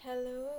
Hello